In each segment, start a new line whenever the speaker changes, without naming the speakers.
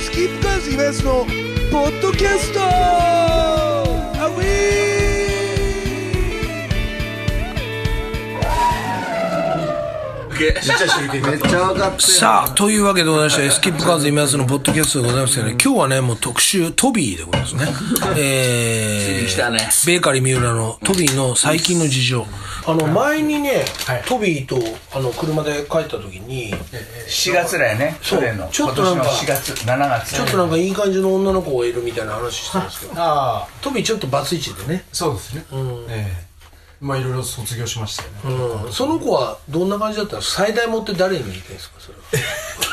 スキップカーズイベントのポッドキャストアウィ
めっちゃ上がって
さあ、というわけでございまして、エスキップカーズ今津のポッドキャストでございますけどね、今日はね、もう特集、トビーでございます ね。えー、
来たね
ベーカリー三浦のトビーの最近の事情。あの、前にね、トビーと、あの、車で帰った時に、
4月だよね
そう
去年の
ちょ
今
っとな
年
んか
の4月7月
ちょっとなんかいい感じの女の子がいるみたいな話してたんですけど、
ああ
トビーちょっとバツイチでね、
そうですね、ええまあいろいろ卒業しましたよね、
うん、その子はどんな感じだったの最大持って誰に言いたいんですか、それは。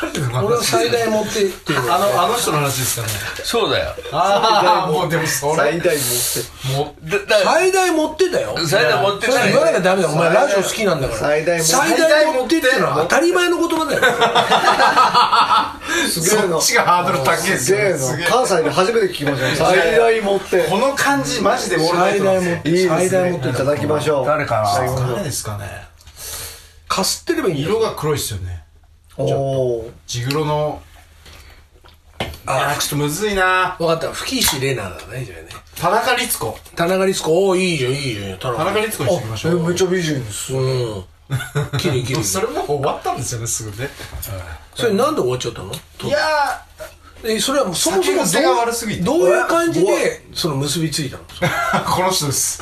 俺
俺
は
は最
最
大
大持ってっていうの
あ
は、
のあの人の話ですかね
そうだよ
ああもうでもそれ
大
も
だだ
最大持ってだよ。
最大持って
それ言わなきゃダメだよお前ラジオ好きなんだから
最大持って
最大持ってっていうのは当たり前の言葉だよ
す
うそっちがハードル高いです
すげえ
よ
な
ねすげえ
関西で初めて聞きましたね最大持って
この感じマジでオールナイ
最
ト
大
なんです
持
よ
っ
いい
て最
です
大
ね
持って
いただきましょう
誰かな
誰ですかね
かすってればいいよ
色が黒いっすよね
おおー
ジグロのあやちょっとむずいな
分かった吹石玲奈だねじゃあね
田中律子
田中律子おおいいよいいよ田
田中
中
律子にしてみましょ
え
う
めっちゃ美人です
うんきれいきれい
それもう終わったんですよねすぐね
それなんで終わっちゃったの
いや
えそれはそもそ
酒
も
癖が悪す
ど
ぎて
うどういう感じでその結びついたの
ーこの人です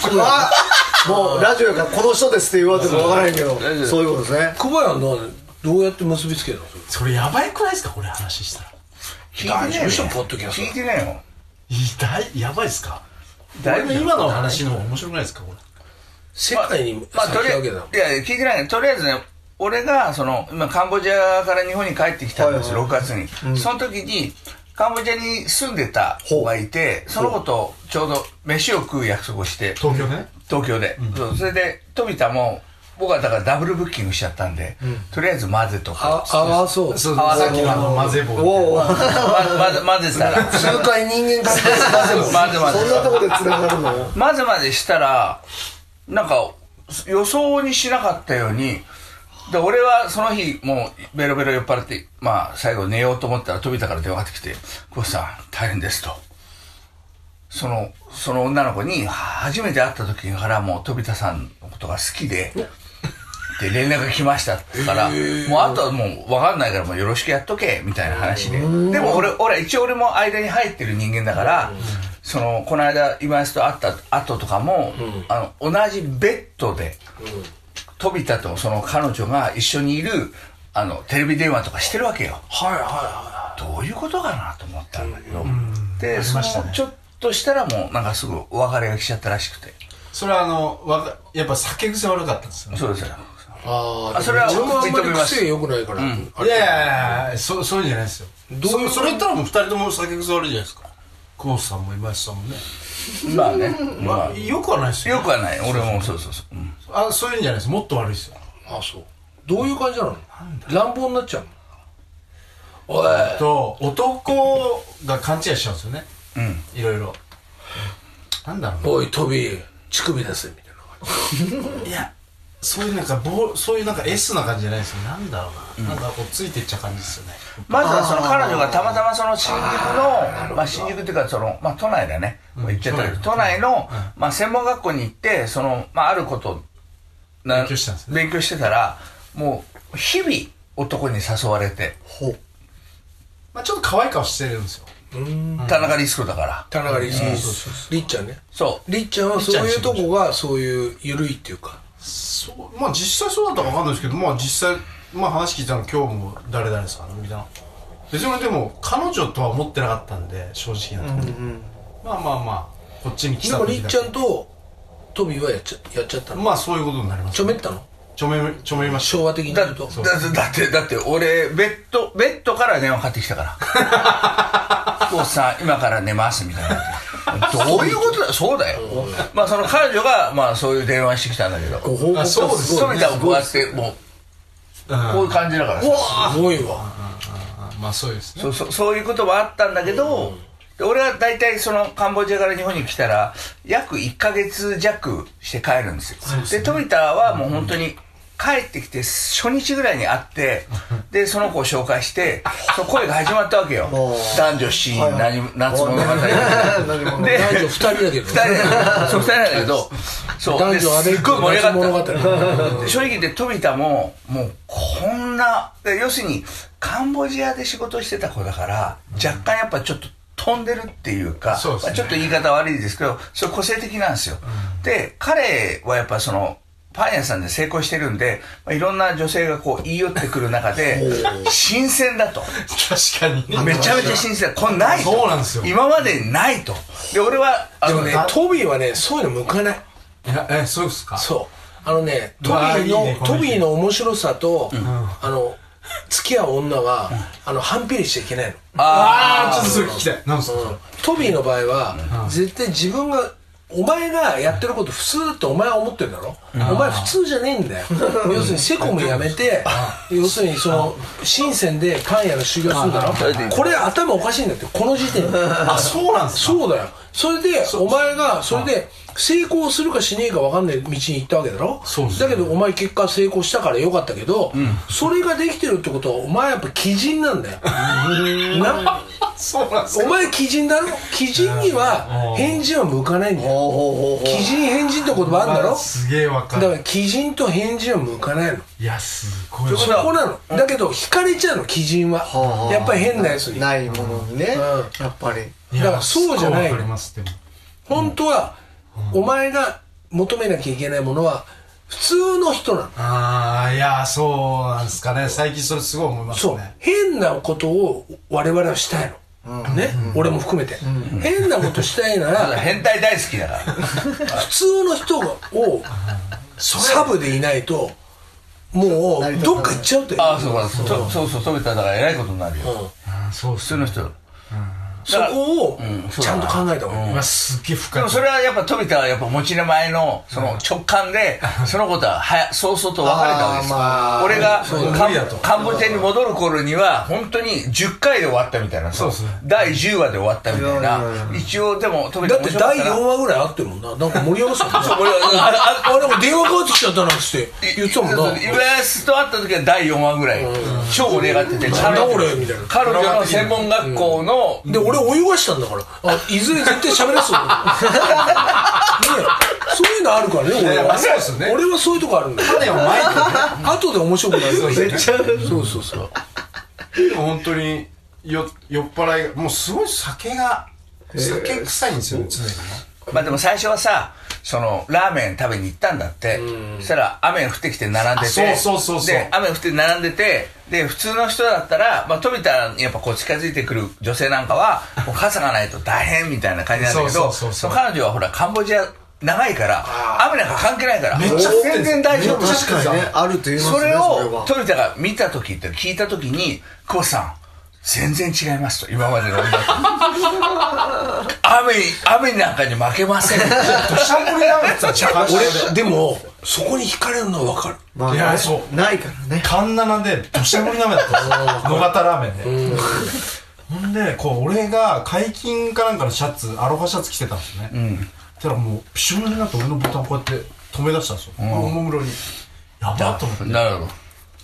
もうラジオやからこの人ですって言われても分からへんけど
そう
そういうことですね
久保屋はどうどうやって結びつけたの
それやばいくないですかこれ話したら
聞
大
いて
丈夫
ねえ
でしょ
よ
ポッドキャス
聞いてねえよ
いいやばいですか
だいぶ
今のお話の方が面白くないですかこれ
世界に
まあ
先
とりあえ
駆
ず
け
い
だもん
や聞いてないけどとりあえずね俺がその今カンボジアから日本に帰ってきたんですよ、6月に、その時にカンボジアに住んでた子がいてその子とちょうど飯を食う約束をして
東京ね
東京で、そうそれで富田も僕はだからダブルブッキングしちゃったんで、とりあえず混ぜとこ
あ合わそう
そう
あ
さっきのあの混ぜ棒みたいな
お
う
お
ま混ぜ混ぜた ら
数回人間関係
混ぜ混ぜ
そんなとこで繋がるの
まぜまぜしたら、なんか、予想にしなかったように、で、俺はその日、もう、ベロベロ酔っ払って、まあ、最後寝ようと思ったら、飛びたから電話がかってきて、久保田さん、大変ですと。その、その女の子に、初めて会った時からもう、飛田さんのことが好きで、で、連絡が来ましたってから、もう、あとはもう、わかんないから、もうよろしくやっとけ、みたいな話で。でも、俺、俺、一応俺も間に入ってる人間だから、その、この間、今安と会った後とかも、あの、同じベッドで、飛田とその彼女が一緒にいる、あの、テレビ電話とかしてるわけよ。
はいはいは
どういうことかなと思ったんだけど、で、そのちょっとしたらもうなんかすぐお別れが来ちゃったらしくて。
それはあのわかやっぱ酒癖悪かったんですよね
そうですよ。
いああ
あそれは
自分はあんま
認め
り
ます
癖良くないから、あ
い
れ
やいやいやそそういうんじゃないですよ
どういう
そそれ言ったらもう二人とも酒癖悪いじゃないですか久保田さんも今井さんもね、
まあね。
ま
ま
あ、よくはないです
あ、
よ
よくはない。俺もそうそうそう。うん
あそういうんじゃないですもっと悪いですよ
あそうどういう感じなの乱暴になっちゃうのおい
と男が勘違いしちゃうんですよね
うん。
いろいろなんだろうな
おいトビー乳首出せみたいない
やそういうなんかぼうそういうなんか S な感じじゃないですよなんだろうな、なんかこうついてっちゃう感じですよね
まずはその彼女がたまたまその新宿の、まあ新宿っていうかその、まあ都内だね。もう行っちゃったけど、都内の、まあ専門学校に行って、その、まああることな、
勉強したんですね
勉強してたら、もう日々男に誘われて、
まあちょっと可愛い顔してるんですよ
田中リスクだから。
田中律子りっちゃんね
そう。
りっちゃんはそう
り
い
っち
う
ゃん
とこがそういう緩いっていうか
そうまあ実際そうだったかわかんないですけどまあ実際まあ話聞いたの今日も誰々さんみたいな別に俺でも彼女とは思ってなかったんで正直なところ、まあまあまあこっちに来
で
た
も
時
りっ
だ
ちゃんとトビーはやっちゃやっちゃったの
まあそういうことになります
ちょめったの
ちょめちょめましょ
昭和的に言うと
だだだって、だって俺、ベッド、ベッドから電話買ってきたから。もうさん、今から寝ます、みたいな。どういうことだよそうだよ。まあ、その彼女が、まあ、そういう電話してきたんだけど。
ご報告が
あ
す
そうです
ご
富
い
田をこうやって、も
う、
う、
うん
こういう感じだからさ。
すごい わ
あまあそうですね
そうそうそういうことはあったんだけど、で俺は大体そのカンボジアから日本に来たら約1ヶ月弱して帰るんですよで富田はもう本当に帰ってきて初日ぐらいに 会って、で、その子を紹介して、その声が始まった わけよ。男女七人、何も夏物語。 で、
男女二人だけど
二人 だそう二人なんだけど、そう、
男女ア
です
レ
っごい盛り上がった。
物語
で正直言って富田ももうこんなで要するにカンボジアで仕事してた子だから若干やっぱちょっと飛んでるっていうか
そうですね
まあちょっと言い方悪いですけどそれ個性的なんですよ、で彼はやっぱそのパン屋さんで成功してるんで、まあ、いろんな女性がこう言い寄ってくる中で新鮮だと
確かにね
めちゃめちゃ新鮮だこれないと
そうなんですよ
今までないとで俺はあ
で
の
も
ね
ねトビーはねそういうの向かない
いやえそうですか
そうあのねトビ
わ
ー
あ
の
いいねこの人
トビーの面白さと、あの付き合う女は、あの反比例しちゃいけないの
ああちょっとそれ聞きたいなんですかそれ
トビーの場合は、絶対自分がお前がやってること普通だってお前は思ってるだろ、お前普通じゃねえんだよ要するにセコムやめて要するにその深センで関夜の修行するんだろ
うん
これ頭おかしいんだってこの時点で
あそうなんですか
そうだよそれでお前がそれで成功するかしねえか分かんない道に行ったわけだろ
そうです
だけどお前結果成功したからよかったけど、それができてるってことはお前やっぱ鬼人なんだよな
そうなんです
お前鬼人だろ鬼人には変人は向かないんだよ鬼人変人って言葉あるんだろ
すげえわか
だから
る
鬼人と変人は向かないの
いやすごい
そ
そこなのだけど惹かれちゃうの鬼人はやっぱり変なやつに
ないものにね、
う
やっぱり
いや
だからそうじゃない
すっごわかりますでも
本当は、お前が求めなきゃいけないものは普通の人なの
ああいやそうなんですかね最近それすごい思います
そう、
ね
変なことを我々はしたいの、ね、俺も含めて、変なことしたいな
ただ
ら
変態大好きだから
普通の人をサブでいないともうどっか行っちゃうと
ああそうかそうそうそうそう止めたらだからえらいことになるよ、
あそうっ
普
す
通の人
そこを
んそう
ち
だ
ゃん
な
と考えた方がいい、
うわすっげえ深
で
い
もそれはやっぱ富田はやっぱ持ち前のその直感でそのことははや早々と別れたわけですよ、
あーまあ
俺が
うだ
カ
無理だと
ンカンボジアに戻る頃には本当に10回で終わったみたいな
そうですね
第10話で終わったみたい
いやいや
な一応でも富田
だって第4話ぐらいあってるもんななんか盛り上がってた もんなあれも電話かかってきちゃったなんつって言ってたもんな
イワスと会った時は第4話ぐらい、超盛り上がってて彼
なんだ
女
俺みたいな
彼女の専門学校の、
で、俺泳がしたんだから、あ、いずれ絶対喋らすよ。ねえそういうのあるからね、俺
やまあ
は。
そうですよね
俺はそういうとこあるんだよ。
種をまいてね
後で面白くなるよ
そうです
そうそうそう。
でも本当によ酔っ払いがもうすごい酒が酒臭いんですよね常にね
まあでも最初はさそのラーメン食べに行ったんだって、そしたら雨降ってきて並んでて
あそうそうそうそう
で雨降って並んでてで普通の人だったら、まあ、富田にやっぱこう近づいてくる女性なん かはもう傘がないと大変みたいな感じなんだけ
そ
ど
うそうそうそう
の彼女はほらカンボジア長いから雨なんか関係ないから
めっちゃ降ってんすよ
全然大丈夫
確かにねあると言います
そ
ね
れ
それ
を
は
富田が見た時って聞いた時に久保さん全然違いますと今までの女と雨に雨なんかに負けません
どしゃ降りなんですよ茶化
俺、でも、そこに惹かれるのはわかる。
まあ
いやそう
ないからね
カンナナで土砂降り鍋だった んですよ野方ラーメンでほんでこう俺が解禁かなんかのシャツアロハシャツ着てたんですよね、そしたらもうピシュンになって俺のボタンこうやって止め出したんですよ、おもむろにやばっと思って
なるほ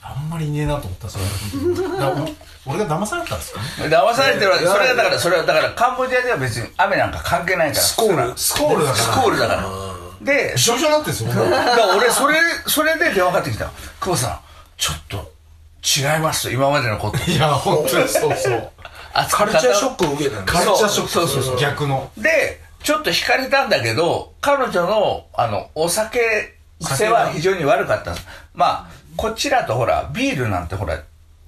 あんまりいねえなと思ったんですよだからお俺が騙されたんですかね
ど騙されてるわけそれがだからそれはだからカンボジアでは別に雨なんか関係ないからス
コール
スコールだから
コールだからで
びしょびしょになってるんですよ
だから俺それそれで電話かかってきた「久保さんちょっと違いますと今までのこと
いや本当にそうそう
カ
カルチャーショックを受けたの。
カルチャーショック
そうそうそう
逆の
で、ちょっと惹かれたんだけど、彼女の、あの、お酒癖は非常に悪かったんです。まあ、こっちだとほら、ビールなんてほら、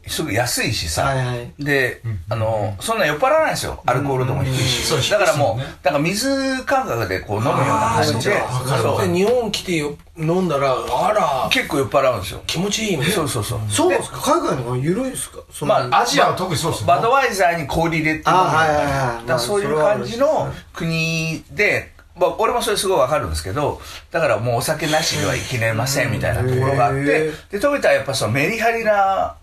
すぐ安いしさ。
はいはい
で、あの、そんな酔っ払わないですよ。アルコール度も低いし。
うんうん
だから
そう
もう、
ですよね
だから水感覚でこう飲むような感じで、
あーそうかわかるわ
そう
で日本来てよ飲んだら、あら、
結構酔っ払うんですよ。
気持ちいいみたい
そ
な
うそうそう。
そうなんですか海外の方が緩いですかその
まあ
アジアは特にそうですよね
バドワイザーに氷入れっていうのがある
あはいはいはい
だからそういう感じの国で、まあ、俺もそれすごいわかるんですけどだからもうお酒なしでは生きれませんみたいなところがあっ
へ
てで富田はやっぱそのメリハリな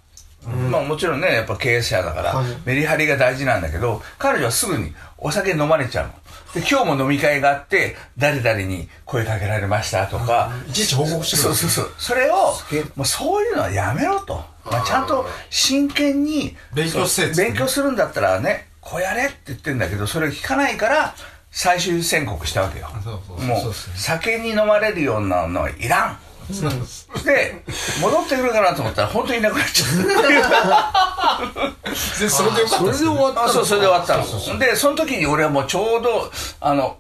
まあもちろんね、やっぱ経営者だから、メリハリが大事なんだけど、彼女はすぐにお酒飲まれちゃうの。で、今日も飲み会があって、誰々に声かけられましたとか、
いちいち報告してく
そう
る
そうそう。それを、もうそういうのはやめろと。まあ、ちゃんと真剣に
勉強せえっつって
勉強するんだったらね、こうやれって言ってんだけど、それを聞かないから、最終宣告したわけよ。
そうそう
も
そう
う
っすね、
酒に飲まれるようなのはいらん。で、戻ってくるかなと思ったら、本当にいなくなっちゃ
でそれでよか
そ
った
れで終わった
った。
の
あそう、それで終わったの。で、その時に俺はもうちょうど、あの、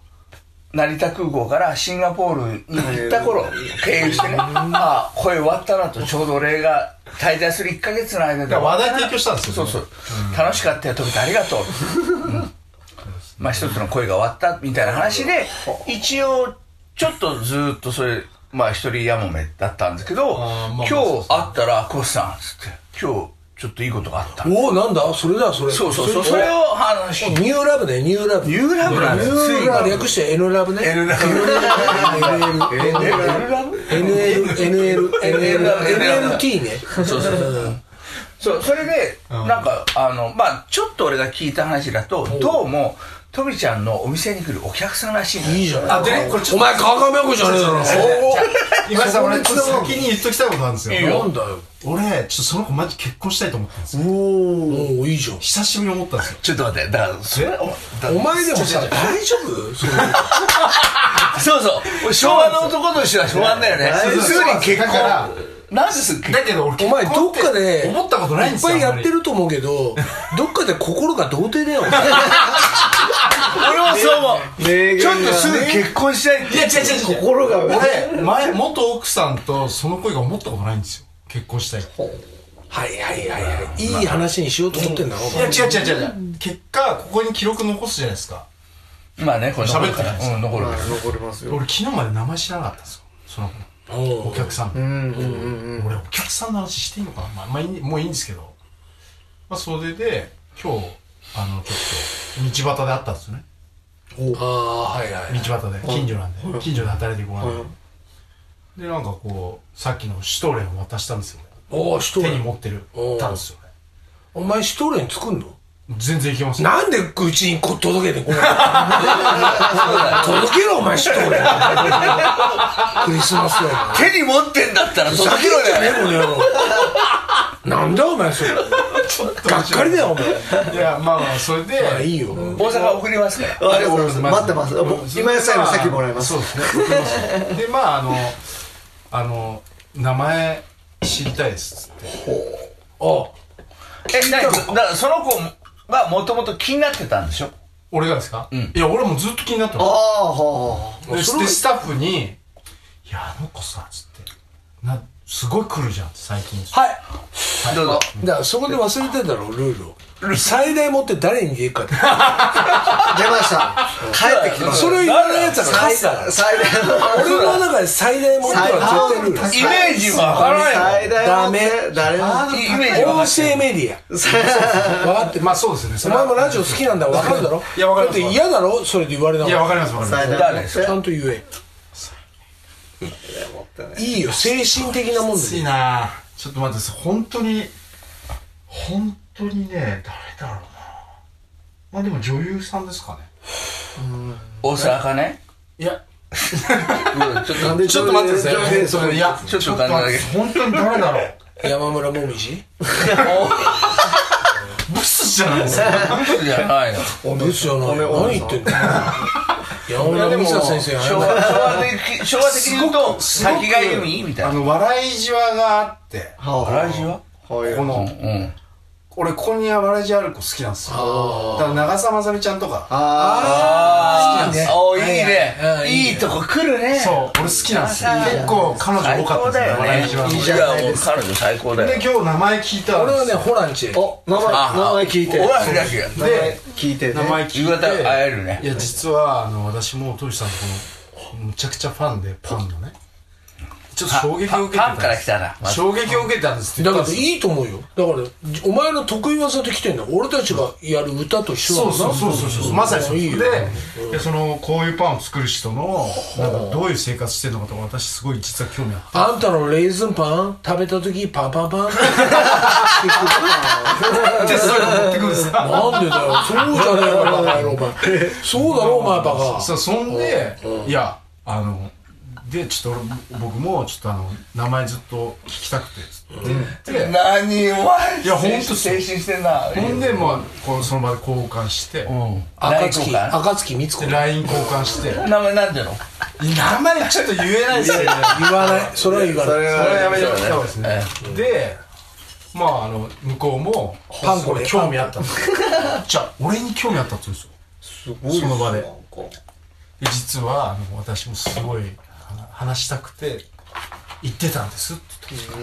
成田空港からシンガポールに行った頃、経由してね、ああ、声終わったなと、ちょうど俺が滞在する1ヶ月の間
だ
で。
から話題提供したんですよ
そうそう。楽しかったよ、飛びてありがとう。うんまあ一つの恋が終わったみたいな話で、一応、ちょっとずっとそれ、まあ一人やもめだったんですけど、
あーまあまあ
今日会ったら、コスさん、つって、今日ちょっといいことがあった。
おおなんだそれだそれ
そうそうそう、それを話し
おニューラブねニューラブ
ニューラブなんです
ニューラブ略して N ラブね
N ラブ
NLNLNLNLNLT ね
そうそうそう。そう、それで、なんか、あの、まあちょっと俺が聞いた話だと、どうも、とみちゃんのお店に来るお客さんらしいのよ
いいじゃない
あでねこれち
お
ょっ
前川上陽子じゃねえだろ
と今井さん俺ちょっと先に言っときたいことあるんですよ
なんだよ
俺ちょっとその子マジ結婚したいと思ったんですよ
おおいいじゃん
久しぶりに思ったんですよ
ちょっと待って、だから、それ、おだ
お前でもさ大丈夫それ
そうそう。俺昭和の男としては不安だよね。すぐに結
だから
婚。なんです結
だけど俺
お
結婚
前どっか
っ
で
て思ったことないん
い
で
っ
すよ
ぱいやって
あんま
ると思うけど どっかで心が童貞だ よ
俺もそう思う。
名言
ちょ
が
っとすぐ結婚したいって。いや、違う違う。
心が
り俺前元奥さんとその恋が思ったことないんですよ結婚したいって
はいはいはいはいいい話にしようと思ってんだろお
いや
前
違う違う違う違う結果ここに記録残すじゃないですか
まあね、これ残るから。
喋ってない
うん、残るから。
残りますよ
俺昨日まで名前知らなかったんですよその子の
お
お客さんの
うんうんうん
俺お客さんの話していいのかな、まあまあいい、もういいんですけど、まあ、それで今日あのちょっと道端で会ったんですよね
おああはいはい
道端で近所なんで近所で働いてこないででなんかこうさっきのシュトレンを渡したんですよ
おおシュト
手
レ
に
ン
持ってる
おー
たんですよ
お前シュトレン作んの
全然いけますよ
なんでうちにこ届けてこない 届けろお前シュトレンクリスマスや
手に持ってんだったら
ふざ
届
け
けろ
ろじゃねえ
よ。
この野郎なんだお前それがっかりだよお前
いやまあまあそれで
まあいいよ
大阪送りますから。
ありがとうございます待ってます
うん
僕今野菜の先もらいます
そうですね送りますよでまああのあの名前知りたいですっつって
あ
え、なにだからその子がもともと気になってたんでしょ
俺がですか、
ん
いや俺もずっと気になってます
ああは
で
それ
でスタッフに「いやあの子さ」つってな「すごい来るじゃん」って最近
はい
どうぞ。
だからそこで忘れてたろルールを最大持って誰に言えるかって
あはあ出ました帰ってきてま す
それを言わないやつは勝つから
最大の
俺の中で最大持っては絶対ルール
イメージわからない
最大
ダ
の
メ
誰
イ
も
メージわかんない
音声メディア分かってる
まあそうですねそ
お
れは
前もラジオ好きなんだ分かるだろ
いやわかり
だ
ま
っ
す
て嫌だろそれで言われない
やわかりますわかります
最大
誰
ちゃんと言えいいよ精神的なもん
きつ
で
いなちょっと待って本当に本当にね誰だろうなまあでも女優さんですかね
大阪ね。
いや
うんちょっと、
ちょっと待ってください
それいや
ちょっと考えだけ
本当に誰だろ う
山村もみじ
ブスじゃないですか
じゃないの。
おめじゃない何言 ってんの山
いやで
村
も
美沙先生謝れ
昭和昭和的、昭和的に言うと、先が由美みた
あ
いな。
の笑いじわがあって
来週は
はい
こ
う
の
ん。
俺ここに笑いじわある子好きなんですよだから長澤まさみちゃんとか
あ
あー、おいい
はいはい
ね。
うんいいね
いいとこ来るね。
そう俺好きなんですよ
長澤
結構彼女
最
多か
高
った
だよね。
ですよ笑い
い
じ
じ
わ
ゃん、もう彼女最高だ
で
よ。
今日名前聞いたん
俺
で
は
す
ね
よ
ホランチェ
あお名前名前聞いて
おわしだけ。
名前聞いて
名前聞
夕
い
方
て
会えるね
い。や実はあの私もトシさんのこのむちゃくちゃファンでパンのねちょっと衝撃を受けてたん
ファン
です
から来たなまず
衝撃を受けたんですって
だ
言っ
か
たん
ら
ですよ
いいと思うよだからお前の得意技できてんだ俺たちがやる歌と一緒
そう
なんだ
そうそうそうそうまさにそう
いいよ
ででそのこういうパンを作る人のなんかどういう生活してるのかとか私すごい実は興味あっ
あんたのレーズンパン食べた時パンパンパン
たでそれが持ってくるんですか
なんでだよそうじゃねえよバカ野郎お前そうだろお前バカ
そうそんでいやあのでちょっと俺僕もちょっとあの名前ずっと聞きたくてつってで
何お前
いやほんと
精神してんな
ほんでまあこうその場で交換してで
何
暁
とか
暁光子
LINE 交換して
名前なんていうの
名前ちょっと言えないですよね
言わないそれは言わない
それはやめてもらった方がいいです
え
ねでまああの向こうも
パン粉ね
すごい興味あったんですよじゃあ俺に興味あったって言うんですよその場でで実はあの私もすごいあの話したくて言ってたんですって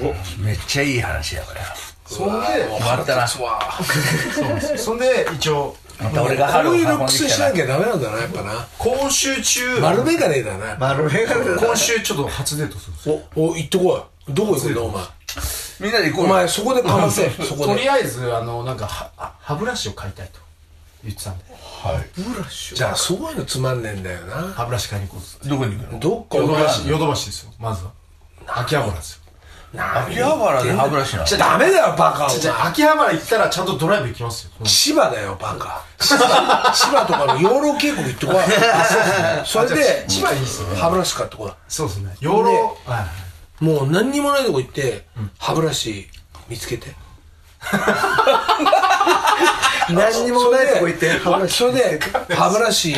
言って
めっちゃいい話やこれ
そんで
終わったな
そうなんですよそんで一応
また俺が春
こ
を
う
運
い
ん
う
で
ルックス
き
したな
な
きゃダメなんだなやっぱな
今週中
丸眼鏡だな
丸眼鏡だ
今週ちょっと初デートするんですよ
おお行ってこいどこ行くんだお前
みんなで行こ
お
うよ
前そこでかませそことで
りあえずあのなんかはは歯ブラシを買いたいと言ってたんで
じゃあそういうのつまんねえんだよな
歯ブラシ買いに行こうっつって
どこに行くの
どっか
ヨドバシ
俺
ヨドバシですよまずは秋葉原ですよ
秋葉原で歯ブラシなの
じゃダメだよバカお
じ
前
ゃあ秋葉原行ったらちゃんとドライブ行きますよ。
千葉だよバカ千葉千葉とかの養老渓谷行ってこいそれで
千葉いいっすね。
歯ブラシ買ってこい
そうですね。養老。はい
もう何にもないとこ行って、歯ブラシ見つけて。
何にもないとこ行って
それで
歯
それで、歯ブ
ブラ
ラシ、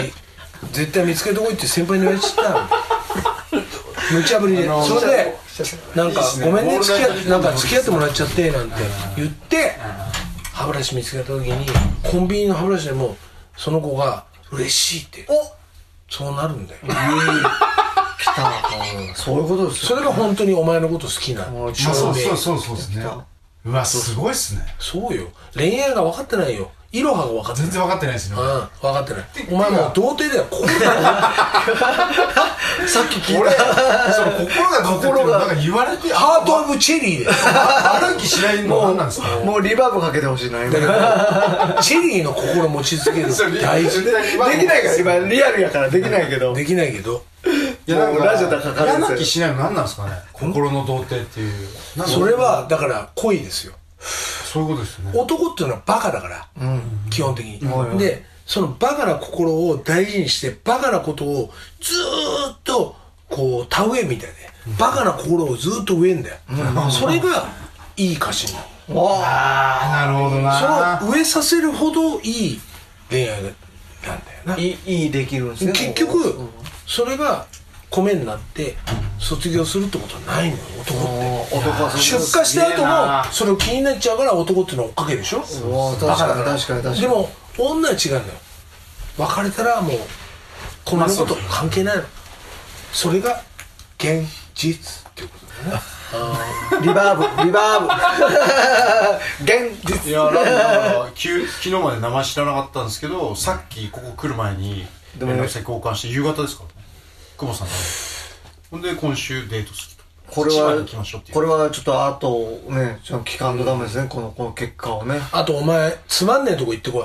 絶対見つけてこいって先輩に言われちゃったの。無茶ぶりで。それで、なんか、ごめんね、付き合って、なんか付き合ってもらっちゃって、なんて言って、歯ブラシ見つけた時に、コンビニの歯ブラシでも、その子が、嬉しいって。そうなるんだよ。
そういうことですよ
それが本当にお前のこと好きなの。
まあそうそうそうそうですね。うわすごいっすね。
そうよ恋愛が分かってないよイロハが分かってない
全然分かってないですね
う。ん分かってないお前もう童貞だよこうだよ
さっき聞い
俺その心がどうっていうのなんか言われて
ハート・オブ・チェリーだよ
歩きしないの何なんですか。
たもうリバーブかけてほしいな今で
チェリーの心持ち続ける
それ
の大事
リバーブ
きないから今リアルやからできないけど
できないけど
いやなん
もう
か
ラジオだからかかるやつ
歩きしないの何なんですかね。心の童貞っていう。なんか
それはだから恋ですよ
そういうことですね。
男っていうのはバカだから、基本的に、でそのバカな心を大事にしてバカなことをずーっとこう田植えみたいでバカな心をずーっと植えんだよ、それがいい歌詞になる
ああなるほどな。
その植えさせるほどいい恋愛なんだよない
いいいできるんですね
結局それが米になって卒業するってことはないのよ男って
男はそ
出荷
うです
した後もそれを気になっちゃうから男っていうのは追っかけるでしょ
おー確かに確かに確か
で
に
も女は違うのよ別れたらもうこのこと関係ないのそれが現実っていうことだよね
リバーブリバーブ 現実
いやなんか急昨日まで名前知らなかったんですけどさっきここ来る前に
でも
連絡先交換して夕方ですからね久保さんとほんで今週デートすると
これ
千葉に
は
行きましょうっていう
これはちょっとあとねちょっと期間のためですねこのこの結果をね
あとお前つまんねえとこ行ってこい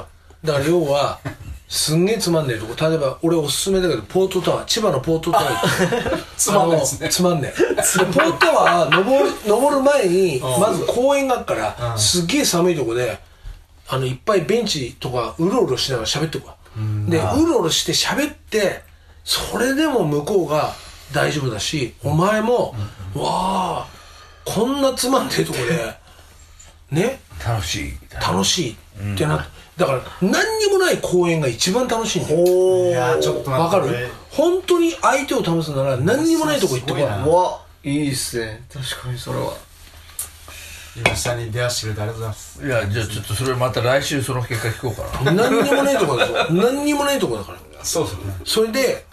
だから亮はすんげえつまんねえとこ例えば俺おすすめだけどポートタワー千葉のポートタワー行って
つまんないですね
あのつまんねえでポートタワー登る登る前にまず公園があるからすっげえ寒いとこであのいっぱいベンチとかうろうろしながら喋ってこいでうろうろして喋ってそれでも向こうが大丈夫だしお前も、わあこんなつまんねえとこでね
楽しい
楽しいってな、だから何にもない公演が一番楽しいんだよ
いやーちょっと
わ
待
か
って
る本当に相手を試すなら何にもないとこ行ってこい
すごいな
うわいいっすね確かにそれは
今下に出会わせてくれてありがとうございます
いやじゃあちょっとそれまた来週その結果聞こうかな
何にもないとこだ ぞ何にもないとこだから
そうですね
それで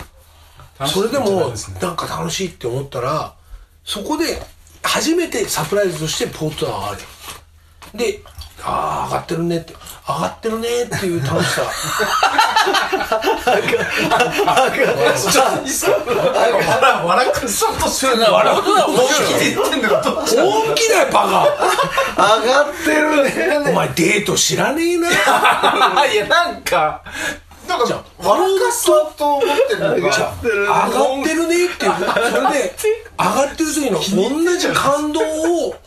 楽しい
それで
時間
も
ですね
なんか楽しいって思ったらそこで初めてサプライズとしてポートタワーがあるでああ上がってるねって上がってるねっていう楽 しさ
笑う笑くそうとしてるな笑うことだ本気で言ってんだからどっちだ
本気だよバ
上がってるね
カお前デート知らねえな
いやなんかなんか笑かそうと思ってるのが
上がってるねっていうそれで上がってる時の同じ感動を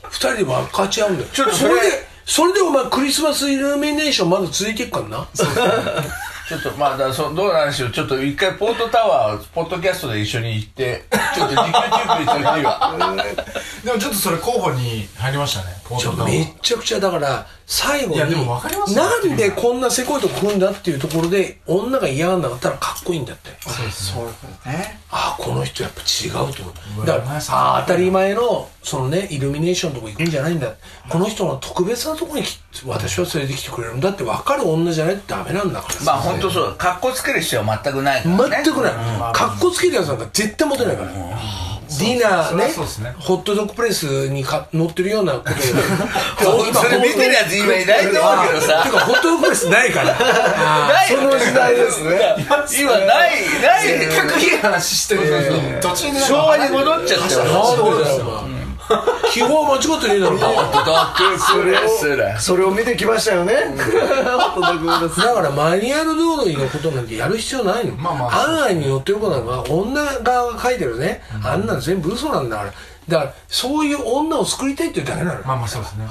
2人で分かち合うんだよ
ちょっと
そ
それ
れでそれでお前クリスマスイルミネーションまだ続いていくからな
ちょっとまあだからそどうなんでしょうちょっと一回ポートタワーポッドキャストで一緒に行ってちょっと時間中にそれには
でもちょっとそれ候補に入りましたねポー
ち
ト
ょ
タワ
め
ー
っちゃくちゃだから最後
い
に
やでもわかりますよ
なんでこんなせこいとこ来るんだっていうところで女が嫌がんなかったらかっこいいんだって
そういうことね
ああこの人やっぱ違うってこと
わ
だか
ナ
ら
イス
ああ当たり前のそのねイルミネーションのとこ行くんじゃないんだこの人の特別なとこにき私は連れてきてくれるんだって分かる女じゃないとダメなんだから
まあ本当そうかっこつける必要は全くないからね
全くないかっこつけるやつなんか絶対モテないからディナー
そりゃ
ね
そうですね
ホットドッグプレスにか乗ってるようなことを
それ見てるやつ今いないと思うけどさ
てかホットドッグプレスないから
ないよね
その時代ですね
今ないない
いい話してるのに途中で
昭和に戻っちゃったよ
なんでだよお前記号間違ってねえだろ
ドッグプレスだ
それを見てきましたよね 本当だごめんなさい
だからマニュアル通りのことなんてやる必要ないの。
まあまあ
アンアンに乗ってる子なんか女側が書いてるね、あんなの全部嘘なんだから。だからそういう女を作りたいっていうだけなの。
まあまあそうですね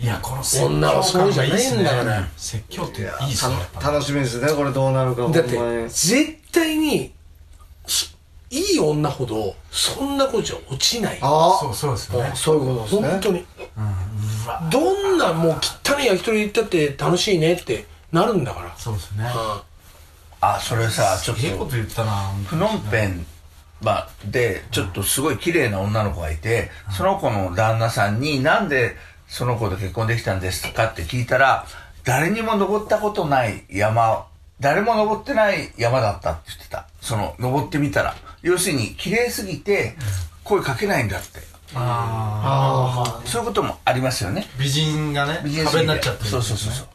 いやこの説
女は
教
そう
感
じ
が
ゃ
いいっ
ねえ
す
ん
ね
だから
説教っていいっすねやっぱ
楽しみですねこれどうなるかほんま
だっ
に
て絶対にすいい女ほどそんな子じゃ落ちない。
あ
そうそうですよね
あそういうことですね
本当に、どんなもう汚い焼き鳥行ったって楽しいねってなるんだから。
そうですね
あそれさちょっ
ええことと言ったな
プノンペンまあでちょっとすごい綺麗な女の子がいてその子の旦那さんになんでその子と結婚できたんですかって聞いたら誰にも登ったことない山誰も登ってない山だったって言ってたその登ってみたら要するに綺麗すぎて声かけないんだって
あ
あ
そういうこともありますよね
ー美人がね
ビジネス
壁になっちゃってる
そうそうそうそう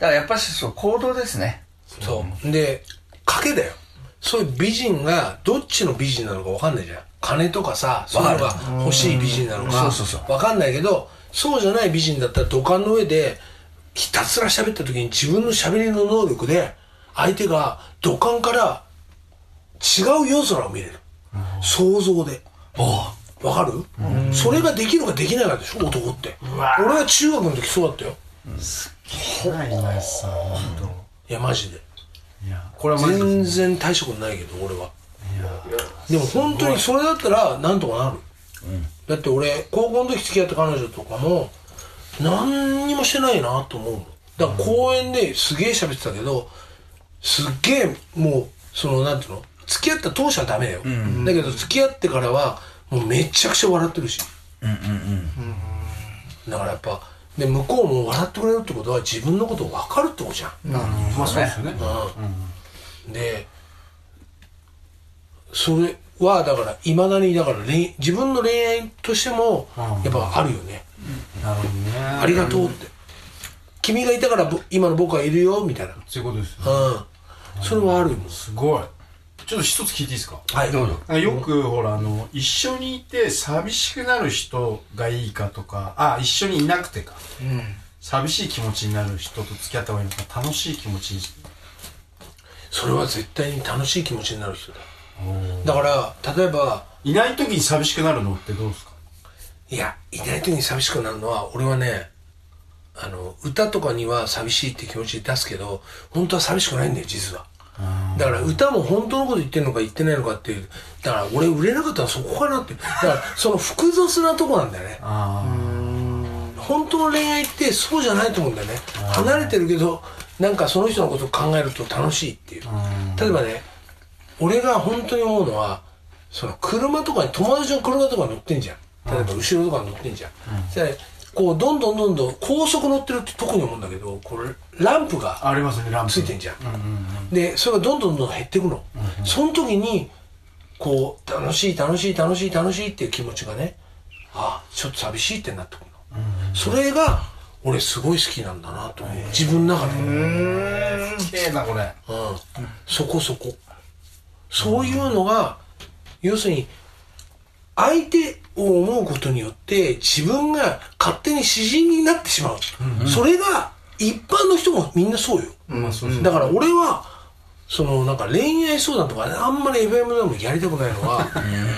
だからやっぱりそう行動ですね
そう。で、賭けだよ。そういう美人が、どっちの美人なのか分かんないじゃん。金とかさ、そういうのが欲しい美人なの
う
か
んそうそう、そ
分
う
かんないけど、そうじゃない美人だったら土管の上で、ひたすら喋った時に自分の喋りの能力で、相手が土管から違う夜空を見れる。想像で。わかるそれができるかできないかでしょ、男って。俺は中学の時そうだったよ。
はいナイスさん本当
いや、マジで。
いやこれはマジで
全然大したことないけど俺はでも本当にそれだったらなんとかなる、だって俺高校の時付き合った彼女とかも何にもしてないなと思うのだから公園ですげえ喋ってたけどすっげえもうそのなんていうの付き合った当初はダメだよ、だけど付き合ってからはもうめちゃくちゃ笑ってるしだからやっぱで向こうも笑ってくれるってことは自分のことを分かるってことじゃん
まあそうですよね
でそれはだからいまだにだから恋自分の恋愛としてもやっぱあるよね、
なるほどね
ありがとうって、君がいたからぼ今の僕はいるよみたいな
そういうことですよね
うんそれはあるもん
すごいちょっと一つ聞いていいですか
はいどうぞ
あよくほらあの一緒にいて寂しくなる人がいいかとかあ一緒にいなくてか、寂しい気持ちになる人と付き合った方がいいのか楽しい気持ちに
それは絶対に楽しい気持ちになる人だだから例えば
いない時に寂しくなるのってどうですか
いやいない時に寂しくなるのは俺はねあの歌とかには寂しいって気持ち出すけど本当は寂しくないんだよ実はだから歌も本当のこと言ってんのか言ってないのかっていうだから俺売れなかったらそこかなってだからその複雑なとこなんだよね
あ
本当の恋愛ってそうじゃないと思うんだよね離れてるけどなんかその人のことを考えると楽しいっていう例えばね俺が本当に思うのはその車とかに友達の車とか乗ってんじゃん例えば後ろとかに乗ってんじゃん、でこうどんどんどんどん高速乗ってるって特に思うんだけどこれランプが
あありますねランプ
ついてんじゃん、
うんうん
でそれがどんどんどんどん減っていくの、その時にこう楽しい楽しい楽しい楽しいっていう気持ちがねあちょっと寂しいってなってくるの、それが俺すごい好きなんだなと思う自分の中で、
綺麗なこれ
うんそこそこそういうのが要するに相手を思うことによって自分が勝手に詩人になってしまう、それが一般の人もみんなそうよ、だから俺はそのなんか恋愛相談とかねあんまり FM でもやりたくないのは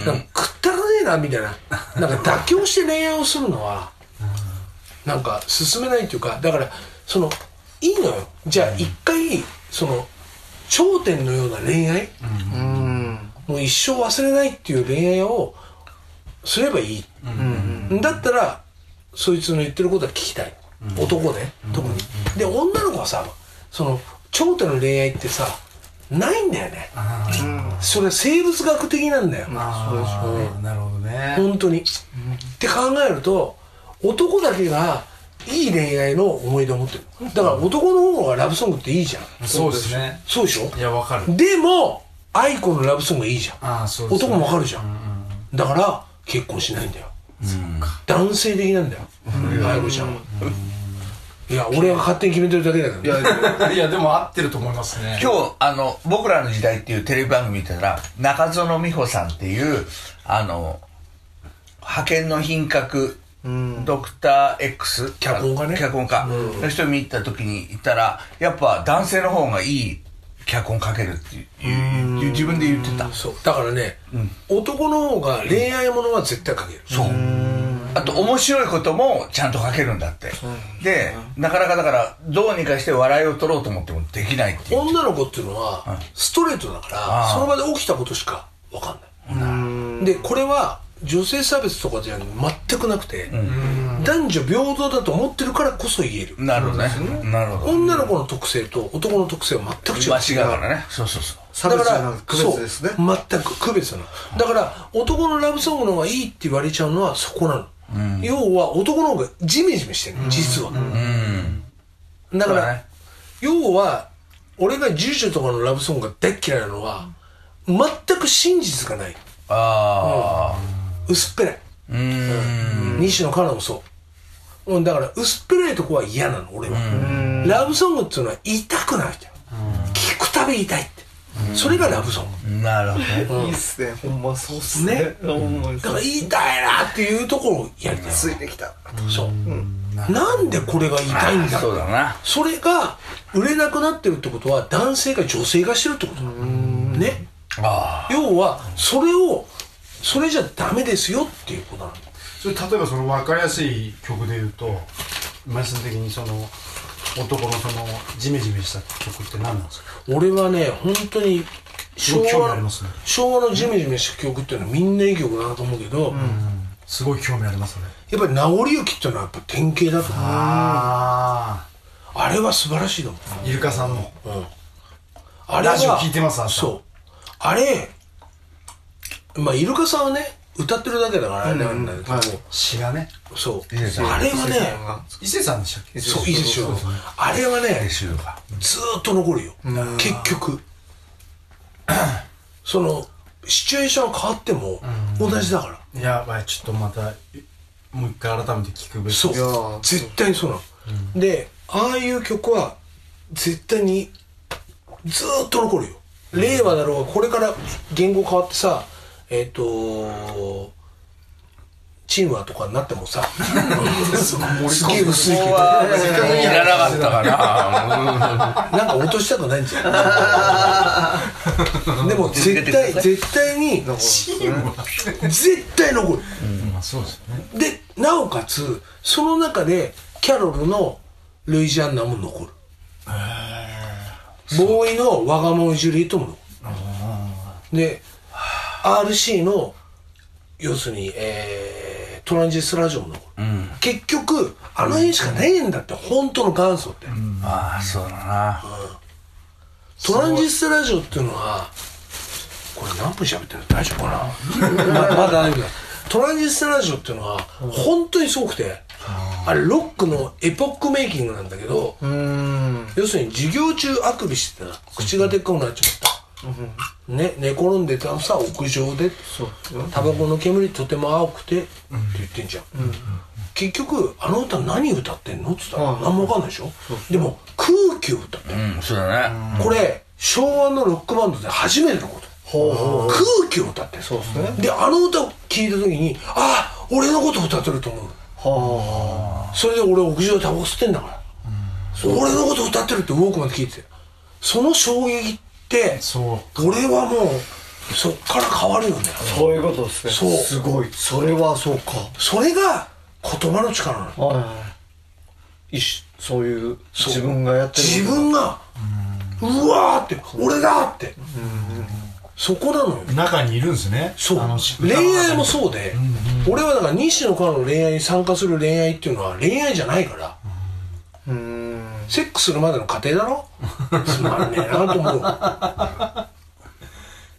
なんかくったらねえなみたいななんか妥協して恋愛をするのはなんか進めないっていうかだからそのいいのよじゃあ一回その頂点のような恋愛、もう一生忘れないっていう恋愛をすればいい、だったらそいつの言ってることは聞きたい、男ね特に、で女の子はさその頂点の恋愛ってさないんだよね、それは生物学的なんだよ、
あーなるほどね
本当に、って考えると男だけがいい恋愛の思い出を持ってるだから男の方がラブソングっていいじゃん
そうですね
そうでしょ
いやわかる
でも愛子のラブソングがいいじゃん
ああそうですね
男もわかるじゃん、だから結婚しないんだよ、男性的なんだよ愛子ちゃんは、いや俺が勝手に決めてるだけだけど
いやでも合ってると 思いますね
今日、あの、僕らの時代っていうテレビ番組見てたら、中園美穂さんっていう、あの、派遣の品格、ドクター X。
脚本家ね
脚本家。の人見た時にいたら、やっぱ男性の方がいい脚本書けるっていう、いう自分で言ってた。
そうだからね、男の方が恋愛ものは絶対かける、
そう。あと、面白いこともちゃんと書けるんだって。で、なかなかだから、どうにかして笑いを取ろうと思ってもできないっていう。
女の子っていうのはストレートだから
あー
その場で起きたことしか分かんないでこれは女性差別とかじゃ全くなくて男女平等だと思ってるからこそ言える
なるほどね。なるほど。
女の子の特性と男の特性は全く違う
間違いからね。そうそうそう。
差別じゃなく区別ですね
そう全く区別なのだから男のラブソングの方がいいって言われちゃうのはそこなの、要は男の方がジメジメしてるの実は、だから
そうだね
要は俺がジュジュとかのラブソングが大っ嫌いなのは全く真実がない
あ
薄っぺらい
あ。うーん。
西野カナもそううんだから薄っぺらいとこは嫌なの俺はラブソングっていうのは痛くないって聞くたび痛いってそれがラブソング
なるほどね。
いいっすねほんまそうっすね
ね
ほんまに
だから痛いなっていうところをやりたい
ついてきた
そう、なんでこれが痛いんだ
そうだな。
それが売れなくなってるってことは男性が女性がしてるってことね
あ
要はそれをそれじゃダメですよっていうことなの
それ例えばその分かりやすい曲で言うと今井さん的にその男のそのジメジメした曲って何なんですか
俺はね本当に
すご
昭
い興味あ
和,、
りますね
昭和のジメジメした曲っていうのはみんないい曲だなと思うけど、
すごい興味ありますね
やっぱり直り行きっていうのはやっぱ典型だと思うあ
あ
れは素晴らしいと思う
あイルカさんも
あれは
ラジオ聞いてます朝
そうあれまあイルカさんはね歌ってるだけだからあれなんだけど、
詩がね
そう
勢さん
あれはね
伊勢さんでしたっけ
そういいでしょあれは
あ。
ね
シューが。
ずーっと残るよ結局 そのシチュエーションは変わっても同じだから
やばいちょっとまたもう一回改めて聞くべき
そう
いやー
絶対にそうなの、でああいう曲は絶対にずーっと残るよ令和だろうがこれから言語変わってさえっ、とチームはとかになっても さすげえ薄いけど
いらなかったかな。
なんか落としたくないん じゃんでも絶対絶対に絶対残る
まあそうですよね
でなおかつその中でキャロルの「ルイジアンナ」も残るボーイの「わがままジュリエット」も残るで RC の要するに、えートランジストラジオも残る、結局あの辺しかねえんだって本当の元祖って、
ああ、そうだな。
トランジストラジオっていうのはこれ何分喋ってるの大丈夫かな ままだ大丈夫だトランジストラジオっていうのは本当にすごくてあれロックのエポックメイキングなんだけど要するに授業中あくびしてたら口がでっかくなっちゃった、ね、寝転んでたのさ屋上でタバコの煙とても青くてって言ってんじゃん、結局あの歌何歌ってんのっつったら何もわかんないでしょでも空気を歌ってる
うんそうだね
これ昭和のロックバンドで初めてのこと空気を歌ってる
そうですね
であの歌を聴いた時にああ俺のこと歌ってると思うそれで俺屋上でタバコ吸ってんだから、俺のこと歌ってるってウォークマンで聞いててその衝撃って
そう
俺はもうそっから変わるよね
そういうことですね
そう
すごいそれはそうか
それが言葉の力なの
いしそういう
そう
自分がやってる
自分がうわーって俺だってそこなのよ
中にいるんですね
そう
あのし
恋愛もそうで、俺はだから西野カナの恋愛に参加する恋愛っていうのは恋愛じゃないから、セックスするまでの過程だろつまんねえなと思う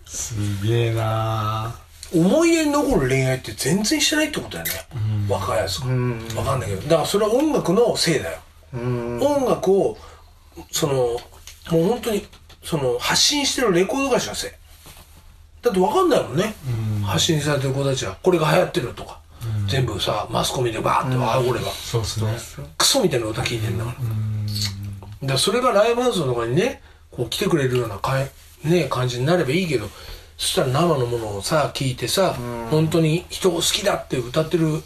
すげえな
思い出に残る恋愛って全然してないってことだよね、若いやつが、分かんないけどだからそれは音楽のせいだよ、音楽をそのもう本当にその発信してるレコード会社のせいだって分かんないもんね、発信されてる子たちはこれが流行ってるとか、全部さマスコミでバーって、ああ俺は
そうっすね
クソみたいな歌聴いてんだから、だからそれがライブハウスとかにねこう来てくれるようなかい、ね、感じになればいいけどそしたら生のものをさ聴いてさ、本当に人を好きだって歌ってるう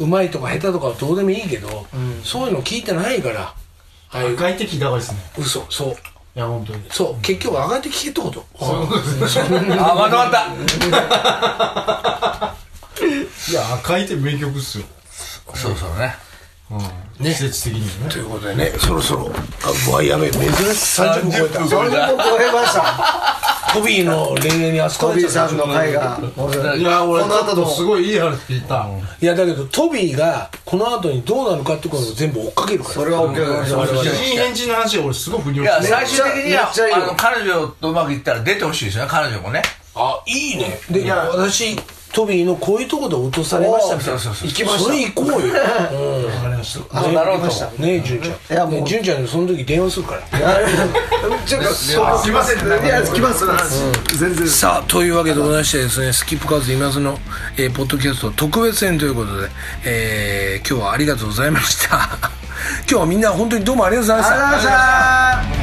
うまいとか下手とかはどうでもいいけど、そういうの聞いてないからああいう
外的だからですね
嘘そう
いや本当に
そう、結局上がって聞けってこと
そういうことですね
あまとまった
いや赤いって名曲っすよ、
そうそうね
うん、季節的にもね
ということでねそろそろあうわやべえ珍しく30分超えた
超えた
もう超えました
トビーの恋愛にあそこ
トビーさんの回が面白い
いや俺
こ
ちょ
の
っ
後どう
とすごいいい話聞いた、
いやだけどトビーがこの後にどうなるかってことを全部追っかけるから
それは OK です
あれは新変人の話俺すごい腑に
い
落
や
ちた
最終的には
めっちゃいいよ
あの彼女とうまくいったら出てほしいですよね彼女もね
あいいねで私トビーのこういうとこで落とされましたみたいな
おーそうそうそう
行きましたそれ行こうよ、
わかりました
そうなろうと
した
うん、ねえ純ちゃん
いやもう
ね純ちゃんにその時電話するから
ちょっとそう
すいません
いや来ます全然
さあというわけでございましてですねスキップカーズ今津の、えーポッドキャスト特別編ということで、 えー今日はありがとうございました今日はみんな本当にどうもありがとうございました
ありがとうございました